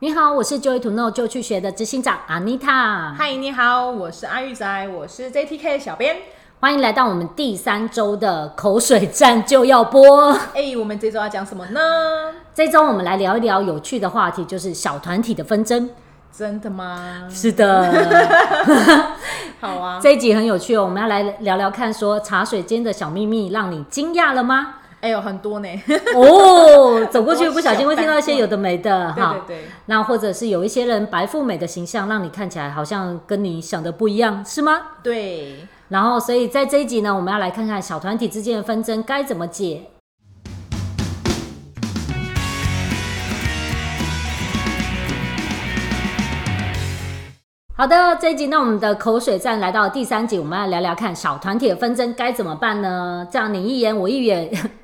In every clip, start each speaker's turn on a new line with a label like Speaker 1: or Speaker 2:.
Speaker 1: 你好，我是 Joy to Know 就去学的执行长 Anita，
Speaker 2: 嗨，你好，我是阿玉仔，我是 JTK 的小编。
Speaker 1: 欢迎来到我们第三周的口水战就要播。
Speaker 2: 哎、我们这周要讲什么呢？
Speaker 1: 这周我们来聊一聊有趣的话题，就是小团体的纷争。
Speaker 2: 真的吗？
Speaker 1: 是的，
Speaker 2: 好啊，
Speaker 1: 这一集很有趣哦，我们要来聊聊看，说茶水间的小秘密让你惊讶了 吗？
Speaker 2: 哎呦，很多呢。
Speaker 1: 哦，走过去不小心会听到一些有的没的
Speaker 2: 对
Speaker 1: 哈
Speaker 2: 对。对，
Speaker 1: 那或者是有一些人白富美的形象，让你看起来好像跟你想的不一样，是吗？
Speaker 2: 对，
Speaker 1: 然后，所以在这一集呢，我们要来看看小团体之间的纷争该怎么解。好的，这一集呢，我们的口水战来到第三集，我们要聊聊看小团体的纷争该怎么办呢？这样你一言我一语，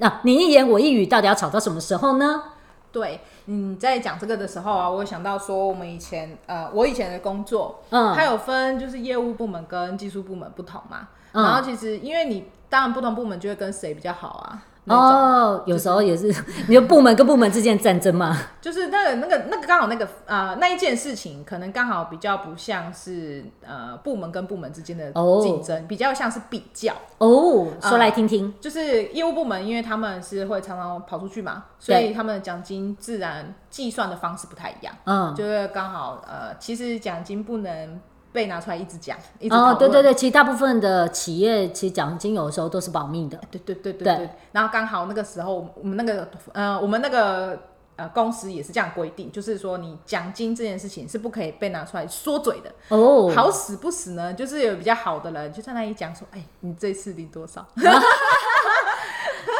Speaker 1: 啊，你一言我一语，到底要吵到什么时候呢？
Speaker 2: 对，你在讲这个的时候啊，我有想到说，我们以前呃，我以前的工作，
Speaker 1: 嗯
Speaker 2: 它有分就是业务部门跟技术部门不同嘛。
Speaker 1: 嗯
Speaker 2: 然后其实因为你当然不同部门就会跟谁比较好啊。那种
Speaker 1: 哦，有时候也是， 你的部门跟部门之间的战争嘛。
Speaker 2: 就是那个那个那个刚好那个呃那一件事情，可能刚好比较不像是呃部门跟部门之间的
Speaker 1: 哦
Speaker 2: 竞争，比较像是比较。
Speaker 1: 哦，说来听听。
Speaker 2: 就是业务部门，因为他们是会常常跑出去嘛，所
Speaker 1: 对
Speaker 2: 以他们的奖金自然计算的方式不太一样，
Speaker 1: 嗯，
Speaker 2: 就是刚好呃，其实奖金不能被拿出来一直讲，一直讨
Speaker 1: 哦，
Speaker 2: 论
Speaker 1: 对对对，其实大部分的企业其实奖金有的时候都是保密的。
Speaker 2: 对对对对
Speaker 1: 对
Speaker 2: 对。然后刚好那个时候，我们那个呃，我们那个呃公司也是这样规定，就是说你奖金这件事情是不可以被拿出来说嘴的。
Speaker 1: 哦，
Speaker 2: 好死不死呢，就是有比较好的人就在那里讲说，哎、你这次领多少？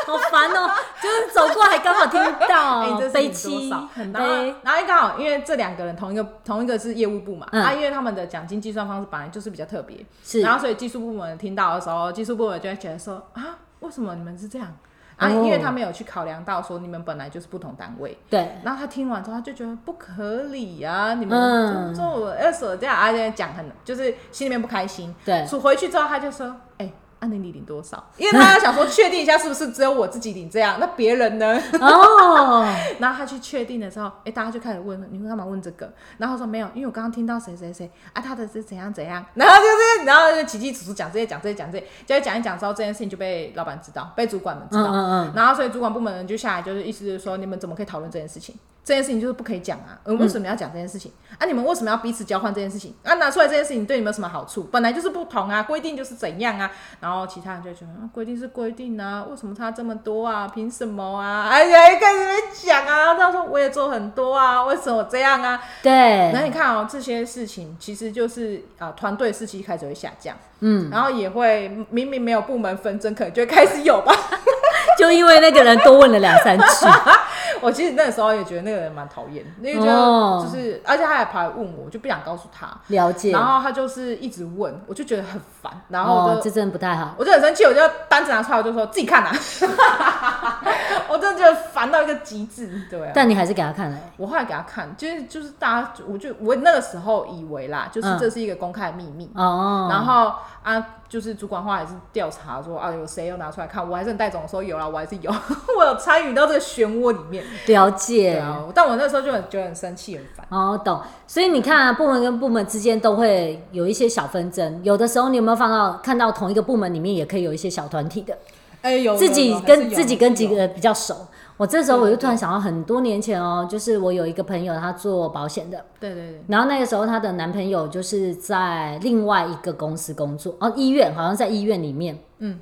Speaker 1: 好烦哦，就是走过还刚好听
Speaker 2: 哎、
Speaker 1: 到哦
Speaker 2: 你这次
Speaker 1: 悲
Speaker 2: 领
Speaker 1: 戚
Speaker 2: 多少？然后
Speaker 1: 悲，
Speaker 2: 然后刚好因为这两个人同一个同一个是业务部嘛，
Speaker 1: 嗯
Speaker 2: 啊，因为他们的奖金计算方式本来就是比较特别，
Speaker 1: 是
Speaker 2: 然后所以技术部门听到的时候，技术部门就会觉得说啊，为什么你们是这样？啊，
Speaker 1: 哦
Speaker 2: 因为他们有去考量到说你们本来就是不同单位，
Speaker 1: 对，
Speaker 2: 然后他听完之后，他就觉得不可理啊！你
Speaker 1: 嗯
Speaker 2: 们做我二手这样，而且讲很就是心里面不开心。
Speaker 1: 对
Speaker 2: 所以回去之后他就说：“哎、啊，那你领多少？”因为他想说确定一下是不是只有我自己领这样，那别人呢？
Speaker 1: 哦，
Speaker 2: 然后他去确定的时候，哎、大家就开始问：“你干嘛问这个？”然后他说：“没有，因为我刚刚听到谁谁谁啊，他的是怎样怎样。” 然后就是，然后就起起楚楚讲这些讲这些讲这些，结果讲一讲之后，这件事情就被老板知道，被主管们知
Speaker 1: 嗯
Speaker 2: 道。
Speaker 1: 嗯嗯，
Speaker 2: 然后所以主管部门人就下来，就是意思就是说，你们怎么可以讨论这件事情？这件事情就是不可以讲啊！呃，为什么要讲这件事情？啊，你们为什么要彼此交换这件事情？啊，拿出来这件事情对你们有什么好处？本来就是不同啊，规定就是怎样啊。然后其他人就觉得、啊、规定是规定啊，为什么差这么多啊？凭什么啊？ 哎呀，开始在讲啊，他说我也做很多啊，为什么这样啊？然
Speaker 1: 对，
Speaker 2: 后你看哦，这些事情其实就是啊，团队士气开始会下降，
Speaker 1: 嗯，
Speaker 2: 然后也会明明没有部门纷争，可能就会开始有吧。
Speaker 1: 就因为那个人多问了两三 句，
Speaker 2: 我其实那个时候也觉得那个人蛮讨厌，因为觉
Speaker 1: 哦
Speaker 2: 得就是，而且他还跑来问我，我就不想告诉他，
Speaker 1: 了解，
Speaker 2: 然后他就是一直问，我就觉得很烦，然后我
Speaker 1: 哦，
Speaker 2: 就、
Speaker 1: 这真的不太好。
Speaker 2: 我就很生气，我就单子拿出来，我就说自己看啊， 我真的觉得烦到一个极致，对啊。
Speaker 1: 但你还是给他看了，
Speaker 2: 我后来给他看，就是就是大家，我就我那个时候以为啦，就是
Speaker 1: 嗯
Speaker 2: 这是一个公开的秘密，
Speaker 1: 哦，
Speaker 2: 然后啊，就是主管话也是调查说啊，有谁又拿出来看？我还是很带种说有啦，我还是有， 我有参与到这个漩涡里面。
Speaker 1: 了
Speaker 2: 对
Speaker 1: 解，
Speaker 2: 啊，但我那时候就很觉得很生气，很烦。
Speaker 1: 哦，懂。所以你看、啊，部门跟部门之间都会有一些小纷争，有的时候你有没有放到看到同一个部门里面也可以有一些小团体的，
Speaker 2: 哎、有
Speaker 1: 自己跟自己跟几个
Speaker 2: 个
Speaker 1: 人比较熟。我这时候我就突然想到，很多年前哦，就是我有一个朋友，她做保险的，
Speaker 2: 对对对，
Speaker 1: 然后那个时候她的男朋友就是在另外一个公司工作，哦，医院好像在医院里面，
Speaker 2: 嗯，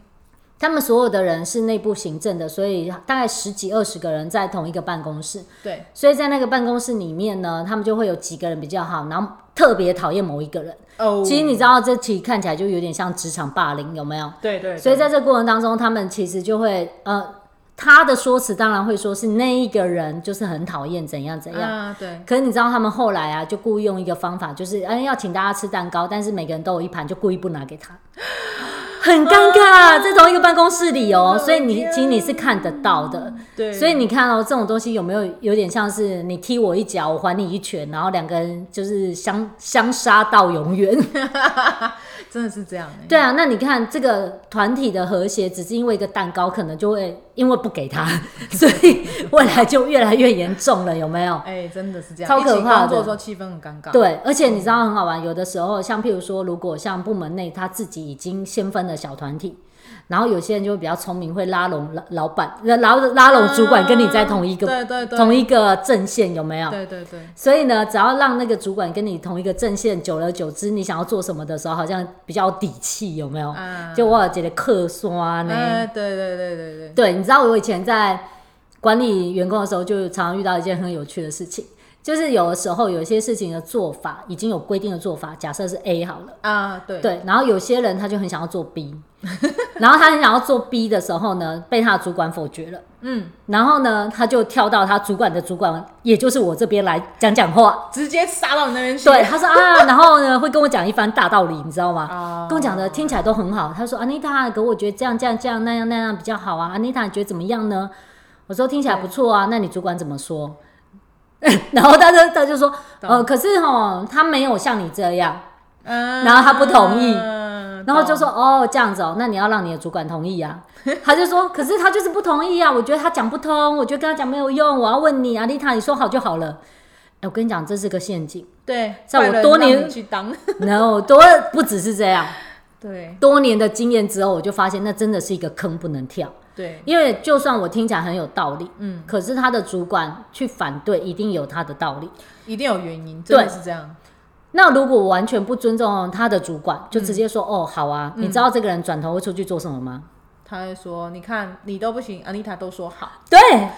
Speaker 1: 他们所有的人是内部行政的，所以大概十几二十个人在同一个办公室，
Speaker 2: 对
Speaker 1: 所以在那个办公室里面呢，他们就会有几个人比较好，然后特别讨厌某一个人。
Speaker 2: 哦，
Speaker 1: 其实你知道，这题看起来就有点像职场霸凌，有没有？
Speaker 2: 对对对
Speaker 1: 所以在这过程当中，他们其实就会呃，他的说辞当然会说是那一个人就是很讨厌怎样怎样。
Speaker 2: 啊对，
Speaker 1: 可是你知道他们后来啊，就哎故意用一个方法，就是嗯、要请大家吃蛋糕，但是每个人都有一盘，就故意不拿给他，很尴尬，在同一个办公室里哦，所以你
Speaker 2: 啊天啊
Speaker 1: 其实你是看得到的。
Speaker 2: 对，
Speaker 1: 所以你看哦，这种东西有没有有点像是你踢我一脚，我还你一拳，然后两个人就是相相杀到永远？
Speaker 2: 真的是这样、欸。
Speaker 1: 对啊，那你看这个团体的和谐，只是因为一个蛋糕，可能就会因为不给他， 所以未来就越来越严重了，有没有？
Speaker 2: 哎、真的是这样，
Speaker 1: 超可怕的
Speaker 2: 一起工作的时候气氛很尴尬。
Speaker 1: 对，而且你知道很好玩，有的时候像譬如说，如果像部门内他自己已经先分了小团体，然后有些人就会比较聪明，会拉拢老老板、拉拉拉拢主管跟你在同一个、
Speaker 2: 啊哦对对对，
Speaker 1: 同一个阵线，有没有？
Speaker 2: 对对对，
Speaker 1: 所以呢，只要让那个主管跟你同一个阵线，久而久之，你想要做什么的时候，好像比较有底气，有没有？
Speaker 2: 啊，
Speaker 1: 就我有觉得客刷呢，
Speaker 2: 哎，对对对对对，
Speaker 1: 对，你知道我以前在管理员工的时候，就常常遇到一件很有趣的事情，就是有的时候有一些事情的做法已经有规定的做法，假设是 A 好了，
Speaker 2: 啊，对，
Speaker 1: 对，然后有些人他就很想要做 B，然后他很想要做 B 的时候呢，被他的主管否决了，
Speaker 2: 嗯，
Speaker 1: 然后呢，他就跳到他主管的主管，也就是我这边来讲讲话。
Speaker 2: 直接杀到你那边去。
Speaker 1: 对，他说啊，然后呢会跟我讲一番大道理，你知道吗？
Speaker 2: 啊，
Speaker 1: 跟我讲的听起来都很好。他说：“Anita，可我觉得这样这样这样那样那样比较好啊。”Anita，你觉得怎么样呢？我说听起来不错啊。那你主管怎么说？ 然后他就他就说：“呃，可是哦，他没有像你这样。
Speaker 2: 嗯，
Speaker 1: 然后他不同意
Speaker 2: 嗯，”
Speaker 1: 然后就说：“
Speaker 2: 懂
Speaker 1: 哦，这样子哦，那你要让你的主管同意啊。”他就说：“ 可是他就是不同意啊，我觉得他讲不通，我觉得跟他讲没有用，我要问你，Anita，你说啊好就好了。”哎，我跟你讲，这是个陷阱。
Speaker 2: 对，
Speaker 1: 在我
Speaker 2: 坏人
Speaker 1: 多年
Speaker 2: 让你去当，
Speaker 1: no，多不只是这样，
Speaker 2: 对
Speaker 1: 多年的经验之后，我就发现那真的是一个坑，不能跳。
Speaker 2: 对，
Speaker 1: 因为就算我听起来很有道理，
Speaker 2: 嗯，
Speaker 1: 可是他的主管去反对，一定有他的道理。
Speaker 2: 一定有原因，真的
Speaker 1: 对
Speaker 2: 是这样。
Speaker 1: 那如果完全不尊重他的主管，就直接说、
Speaker 2: 嗯
Speaker 1: 哦，好啊，你知道这个人转头会出去做什么吗？
Speaker 2: 他会说：“你看，你都不行，安妮塔都说好。
Speaker 1: 对，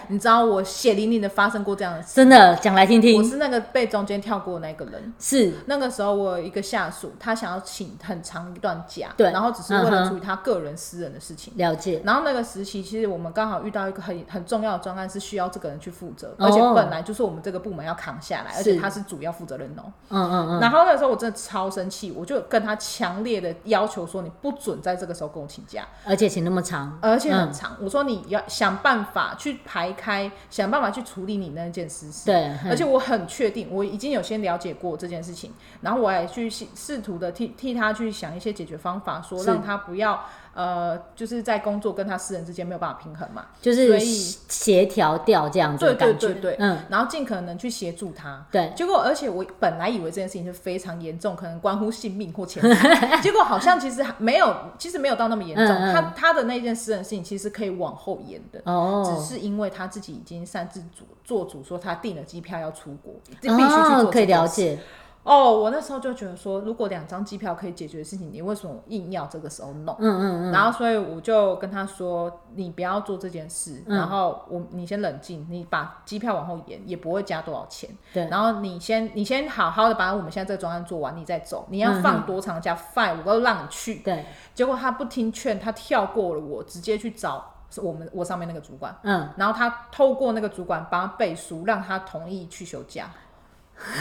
Speaker 2: 你知道我血淋淋的发生过这样的事，
Speaker 1: 真的讲来听
Speaker 2: 我
Speaker 1: 听，
Speaker 2: 是那个被中间跳过的那个人。
Speaker 1: 是
Speaker 2: 那个时候我有一个下属，他想要请很长一段假，
Speaker 1: 对嗯
Speaker 2: 然后只是为
Speaker 1: 嗯哼
Speaker 2: 了处理他个人私人的事情。
Speaker 1: 了解，
Speaker 2: 然后那个时期，其实我们刚好遇到一个很很重要的专案，是需要这个人去负责，
Speaker 1: 哦
Speaker 2: 而且本来就是我们这个部门要扛下来，
Speaker 1: 是
Speaker 2: 而且他是主要负责人哦。
Speaker 1: 嗯嗯
Speaker 2: 然后那个时候我真的超生气，我就跟他强烈的要求说，你不准在这个时候跟我请假，
Speaker 1: 嗯，而且请那么长，
Speaker 2: 而且很
Speaker 1: 嗯
Speaker 2: 长。我说你要想办法去排开，想办法去处理你那件私事。
Speaker 1: 对，嗯
Speaker 2: 而且我很确定，我已经有先了解过这件事情，然后我也去试试图的替替他去想一些解决方法，说
Speaker 1: 是
Speaker 2: 让他不要呃，就是在工作跟他私人之间没有办法平衡嘛，
Speaker 1: 就
Speaker 2: 所
Speaker 1: 是
Speaker 2: 以
Speaker 1: 协调掉这样子的
Speaker 2: 对对
Speaker 1: 感觉，
Speaker 2: 对对，
Speaker 1: 嗯，
Speaker 2: 然后尽可能去协助他。
Speaker 1: 对，
Speaker 2: 结果，而且我本来以为这件事情是非常严重，可能关乎性命或钱 财，结果好像其实还没有，其实没有到那么严重。
Speaker 1: 嗯嗯
Speaker 2: 他他的那件私人事情其实可以往后延的。只
Speaker 1: 哦，
Speaker 2: 是因为他自己已经擅自主做主，说他订了机票要出国，必须去做、
Speaker 1: 哦，可以了。解，
Speaker 2: 哦，我那时候就觉得说，如果两张机票可以解决的事情，你为什么硬要这个时候弄？
Speaker 1: 嗯嗯嗯，
Speaker 2: 然后，所以我就跟他说，你不要做这件事。
Speaker 1: 嗯
Speaker 2: 然后我，你先冷静，你把机票往后延，也不会加多少钱。
Speaker 1: 对，
Speaker 2: 然后你先，你先好好的把我们现在这个专案做完，你再走。你要
Speaker 1: 嗯
Speaker 2: 放多长假？Fine，、我都让你去。
Speaker 1: 对，
Speaker 2: 结果他不听劝，他跳过了我，直接去找是我们我上面那个主管。
Speaker 1: 嗯，
Speaker 2: 然后他透过那个主管帮他背书，让他同意去休假。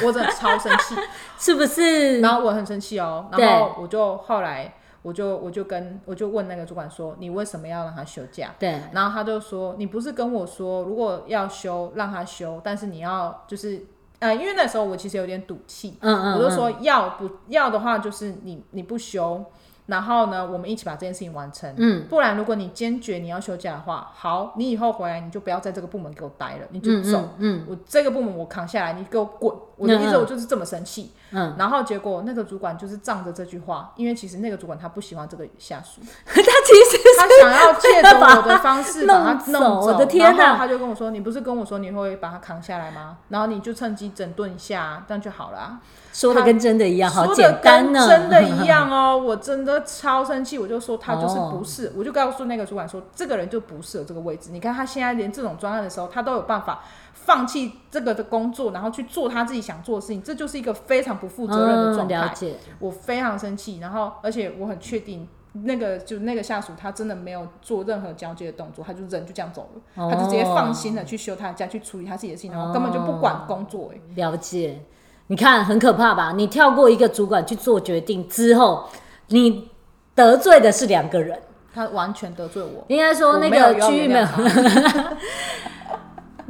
Speaker 2: 我真的超生气，
Speaker 1: 是不是？
Speaker 2: 然后我很生气哦，
Speaker 1: 对
Speaker 2: 然后我就后来我就我就跟我就问那个主管说，你为什么要让他休假？
Speaker 1: 对，
Speaker 2: 然后他就说，你不是跟我说如果要休让他休，但是你要就是呃，因为那时候我其实有点赌气，
Speaker 1: 嗯嗯，
Speaker 2: 我就
Speaker 1: 嗯
Speaker 2: 说要不要的话就是你你不休，然后呢我们一起把这件事情完成，
Speaker 1: 嗯，
Speaker 2: 不然，如果你坚决你要休假的话，好，你以后回来你就不要在这个部门给我待了，你就
Speaker 1: 嗯
Speaker 2: 走。
Speaker 1: 嗯嗯
Speaker 2: 我这个部门我扛下来，你给我滚！我的
Speaker 1: 嗯
Speaker 2: 意思，
Speaker 1: 嗯
Speaker 2: 我就是这么生气。
Speaker 1: 嗯，
Speaker 2: 然后结果那个主管就是仗着这句话，因为其实那个主管他不喜欢这个下 属，
Speaker 1: 他其实
Speaker 2: 他想要借着我的方式把 他
Speaker 1: 弄走
Speaker 2: 弄
Speaker 1: 我的天哪
Speaker 2: 然后他就跟我说：“你不是跟我说你会把他扛下来吗？然后你就趁机整顿一下啊，这样就好了啊。”
Speaker 1: 说的跟真的一样，好
Speaker 2: 说
Speaker 1: 啊简
Speaker 2: 的
Speaker 1: 单
Speaker 2: 跟
Speaker 1: 呢，
Speaker 2: 真 的一样哦，我真的超生气，我就说他就是
Speaker 1: 哦
Speaker 2: 不是，我就告诉那个主管说，这个人就不适合这个位置。你看他现在连这种专案的时候，他都有办法放弃这个的工作，然后去做他自己想做的事情，这就是一个非常不负责任的状
Speaker 1: 嗯了
Speaker 2: 态。
Speaker 1: 解，
Speaker 2: 我非常生气，然后而且我很确定。那个就那个下属，他真的没有做任何交接的动作，他就人就这样走了，他就直接放心
Speaker 1: 哦
Speaker 2: 的去休他的假，去处理他自己的事情，然后根本就不管工作、欸。
Speaker 1: 了解。你看很可怕吧？你跳过一个主管去做决定之后，你得罪的是两个人，
Speaker 2: 他完全得罪我，
Speaker 1: 应该说那
Speaker 2: 我没有
Speaker 1: 个区域没有
Speaker 2: 原谅他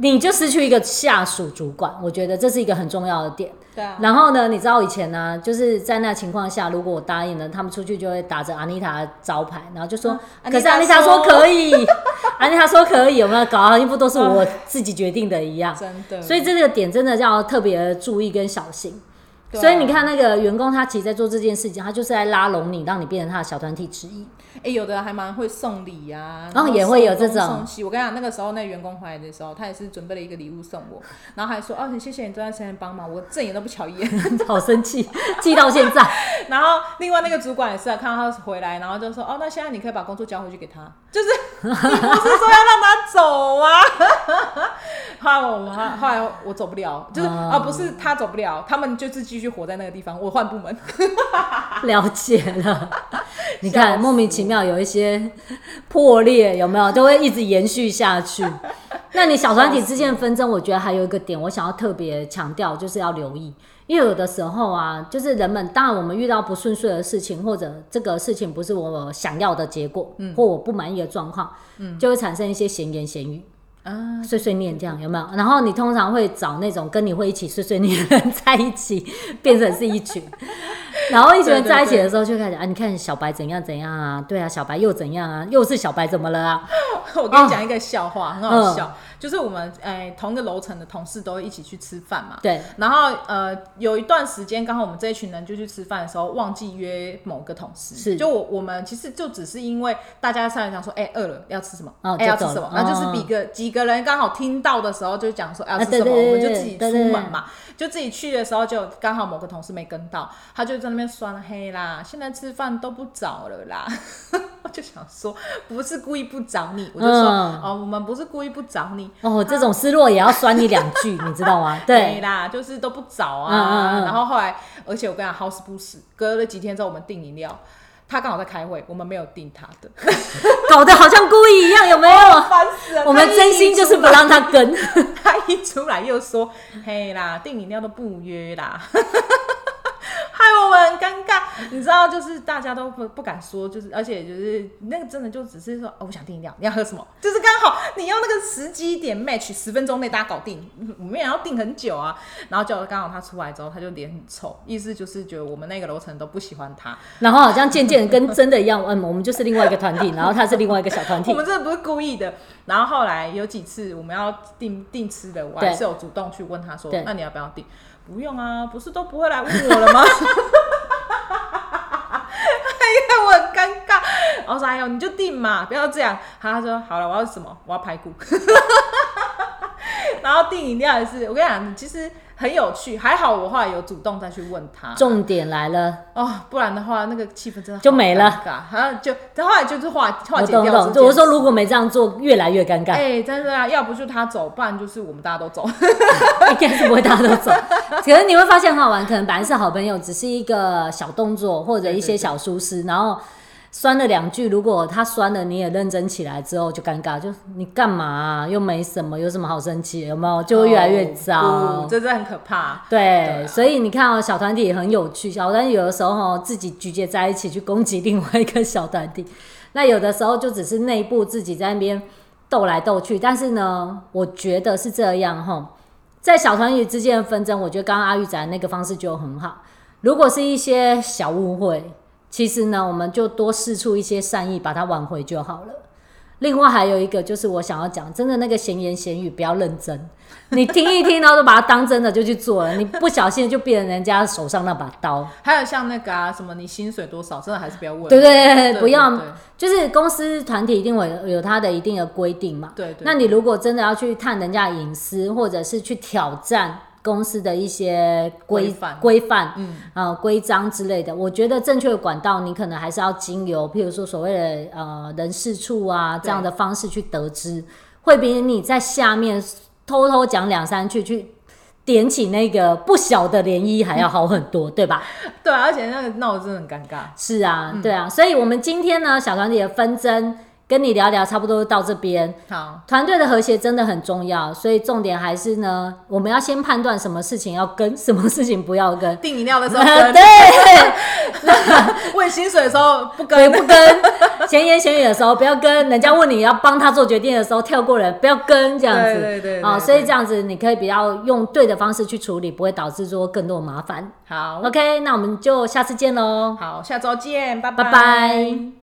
Speaker 1: 你就失去一个下属主管，我觉得这是一个很重要的点。
Speaker 2: 对啊，
Speaker 1: 然后呢，你知道以前呢、就是在那情况下，如果我答应了，他们出去就会打着阿妮塔的招牌，然后就说：“
Speaker 2: 嗯
Speaker 1: 可是阿
Speaker 2: 安
Speaker 1: 妮
Speaker 2: 妮
Speaker 1: 塔
Speaker 2: 塔
Speaker 1: 说
Speaker 2: 说
Speaker 1: 可以， 阿妮塔说可以，有没有搞好像不都是我自己决定的一样？”
Speaker 2: 真的，
Speaker 1: 所以这个点真的要特别注意跟小心。
Speaker 2: 对啊
Speaker 1: 所以你看，那个员工他其实在做这件事情，他就是在拉拢你，让你变成他的小团体之一。
Speaker 2: 哎、有的还蛮会送礼呀、啊，
Speaker 1: 哦
Speaker 2: 然后
Speaker 1: 也会有这
Speaker 2: 送
Speaker 1: 种
Speaker 2: 东送西。我跟你讲，那个时候那员工回来的时候，他也是准备了一个礼物送我，然后还说：“哦，很谢谢你这段时间帮忙，我正眼都不瞧 一眼。
Speaker 1: 好生气，气到现在。”
Speaker 2: 然后另外那个主管也是、啊、看到他回来，然后就说：“哦，那现在你可以把工作交回去给他，就是 你不是说要让他走啊？” 后来我们后来我走不了，就是
Speaker 1: 哦
Speaker 2: 啊、不是他走不了，他们就是继续活在那个地方，我换部门。
Speaker 1: 了解了，你看莫名其妙有一些破裂，有没有都会一直延续下去？那你小团体之间的纷争，我觉得还有一个点，我想要特别强调，就是要留意，因为有的时候啊，就是人们，当然我们遇到不顺遂的事情，或者这个事情不是我想要的结果，或我不满意的状况，就会产生一些闲言闲语。
Speaker 2: 啊，
Speaker 1: 碎碎念这样有没有？然后你通常会找那种跟你会一起碎碎念的人 在一起，变成是一群。然后一群人在一起的时候，就开始啊，你看小白怎样怎样啊，对啊，小白又怎样啊，又是小白怎么了啊？
Speaker 2: 我跟你讲一个笑话，很好笑，就是我们哎、同一个楼层的同事都会一起去吃饭嘛，
Speaker 1: 对，
Speaker 2: 然后呃，有一段时间刚好我们这一群人就去吃饭的时候，忘记约某个同事。
Speaker 1: 是
Speaker 2: 就我我们其实就只是因为大家商量讲说，哎、饿了要吃什么，哎、
Speaker 1: 哦
Speaker 2: 要
Speaker 1: 就走
Speaker 2: 吃什么
Speaker 1: 了，
Speaker 2: 然后就是
Speaker 1: 哦啊
Speaker 2: 比个、几个人刚好听到的时候就讲说，哎、要吃
Speaker 1: 对
Speaker 2: 什么，
Speaker 1: 对
Speaker 2: 我们就
Speaker 1: 对
Speaker 2: 自己
Speaker 1: 对
Speaker 2: 出
Speaker 1: 对
Speaker 2: 门嘛。就自己去的时候就刚好某个同事没跟到，他就在那边酸黑啦，现在吃饭都不找了啦。 我就想说，不是故意不找你，我就说、
Speaker 1: 嗯
Speaker 2: 哦，我们不是故意不找你，
Speaker 1: 哦，这种失落也要酸你两句，你知道 吗？
Speaker 2: 没
Speaker 1: 对，
Speaker 2: 啦，就是都不找
Speaker 1: 嗯
Speaker 2: 啊。
Speaker 1: 嗯嗯
Speaker 2: 然后后来，而且我跟你讲，好死不死，隔了几天之后我们订饮料，他刚好在开会，我们没有订他的，
Speaker 1: 搞得好像故意一样，有没有？
Speaker 2: 烦死了
Speaker 1: 我们真心就是不让他跟，
Speaker 2: 他一出来又说：“嘿啦，订饮料都不约啦。” 害我们很尴尬，你知道，就是大家都不不敢说，就是而且就是那个真的就只是说，哦，我想订饮料，你要喝什么？就是刚好你要那个时机点 match，十分钟内大家搞定，我们也要订很久啊。然后结果刚好他出来之后，他就脸很臭，意思就是觉得我们那个楼层都不喜欢他。
Speaker 1: 然后好像渐渐的跟真的一样，嗯，我们就是另外一个团体，然后他是另外一个小团
Speaker 2: 我
Speaker 1: 体，
Speaker 2: 们真的不是故意的。然后后来有几次我们要订订吃的，我还
Speaker 1: 对
Speaker 2: 是有主动去问他说
Speaker 1: 对：“
Speaker 2: 那你要不要订？”不用啊，不是都不会来问我了吗？ 哎呀，我很尴尬。然后说：“哎呦，你就订嘛，不要这样。”他说：“好了，我要什么？我要排骨。” 然后订饮料也是，我跟你讲，其实很有趣。还好我后来有主动再去问他，
Speaker 1: 重点来了。
Speaker 2: 哦，不然的话那个气氛真的好
Speaker 1: 就没了
Speaker 2: 尴尬。然后就，然后后来就是化化
Speaker 1: 我
Speaker 2: 解
Speaker 1: 懂
Speaker 2: 掉这件
Speaker 1: 懂，
Speaker 2: 事。
Speaker 1: 就我说如果没这样做，越来越尴尬。
Speaker 2: 哎、真的啊，要不就他走，不然就是我们大家都走。
Speaker 1: 应该是不会大家都走。可是你会发现很好玩，可能本来是好朋友，只是一个小动作或者一些小疏失，然后酸了两句，如果他酸了，你也认真起来之后就尴尬，就你干嘛啊、又没什么，有什么好生气的？有没有？ 就会越来越糟。
Speaker 2: 哦不这真的很可怕。
Speaker 1: 对，
Speaker 2: 对啊
Speaker 1: 所以你看哦，小团体也很有趣。小团体有的时候哦，自己集结在一起去攻击另外一个小团体，那有的时候就只是内部自己在那边斗来斗去。但是呢，我觉得是这样哈、在小团体之间的纷争，我觉得刚刚阿玉仔那个方式就很好。如果是一些小误会，其实呢，我们就多试出一些善意，把它挽回就好了。另外还有一个就是我想要讲，真的那个闲言闲语不要认真， 你听一听，然后就把它当真的就去做了，你不小心就变成人家手上那把刀，
Speaker 2: 还有像那个啊，什么你薪水多少，真的还是不要问。
Speaker 1: 对不对？
Speaker 2: 对
Speaker 1: 不要
Speaker 2: 对，
Speaker 1: 就是公司团体一定会有有它的一定的规定嘛。
Speaker 2: 对对
Speaker 1: 那你如果真的要去探人家的隐私，或者是去挑战公司的一些规
Speaker 2: 规范
Speaker 1: 规范，
Speaker 2: 嗯
Speaker 1: 呃规章之类的，我觉得正确的管道，你可能还是要经由，譬如说所谓的呃人事处啊这样的方式去得知，会比你在下面偷偷讲两三句去。点起那个不小的涟漪还要好很多，对吧？
Speaker 2: 对啊，而且那个闹得真的很尴尬。
Speaker 1: 是啊，对啊，所以我们今天呢，小团体的纷争跟你聊聊差不多到这边。
Speaker 2: 好，
Speaker 1: 团队的和谐真的很重要，所以重点还是呢，我们要先判断什么事情要跟，什么事情不要跟。
Speaker 2: 订饮料的时候
Speaker 1: 啊
Speaker 2: 跟，
Speaker 1: 对，
Speaker 2: 问薪水的时候不
Speaker 1: 对
Speaker 2: 跟，
Speaker 1: 不跟 闲言闲语的时候不要跟，人家问你要帮他做决定的时候跳过人，不要跟这样子。
Speaker 2: 对对对
Speaker 1: 啊、
Speaker 2: 对
Speaker 1: 所以
Speaker 2: 对
Speaker 1: 这样子你可以比较用对的方式去处理，不会导致说更多麻烦。
Speaker 2: 好
Speaker 1: OK，那我们就下次见喽，
Speaker 2: 好，下周见，拜
Speaker 1: 拜拜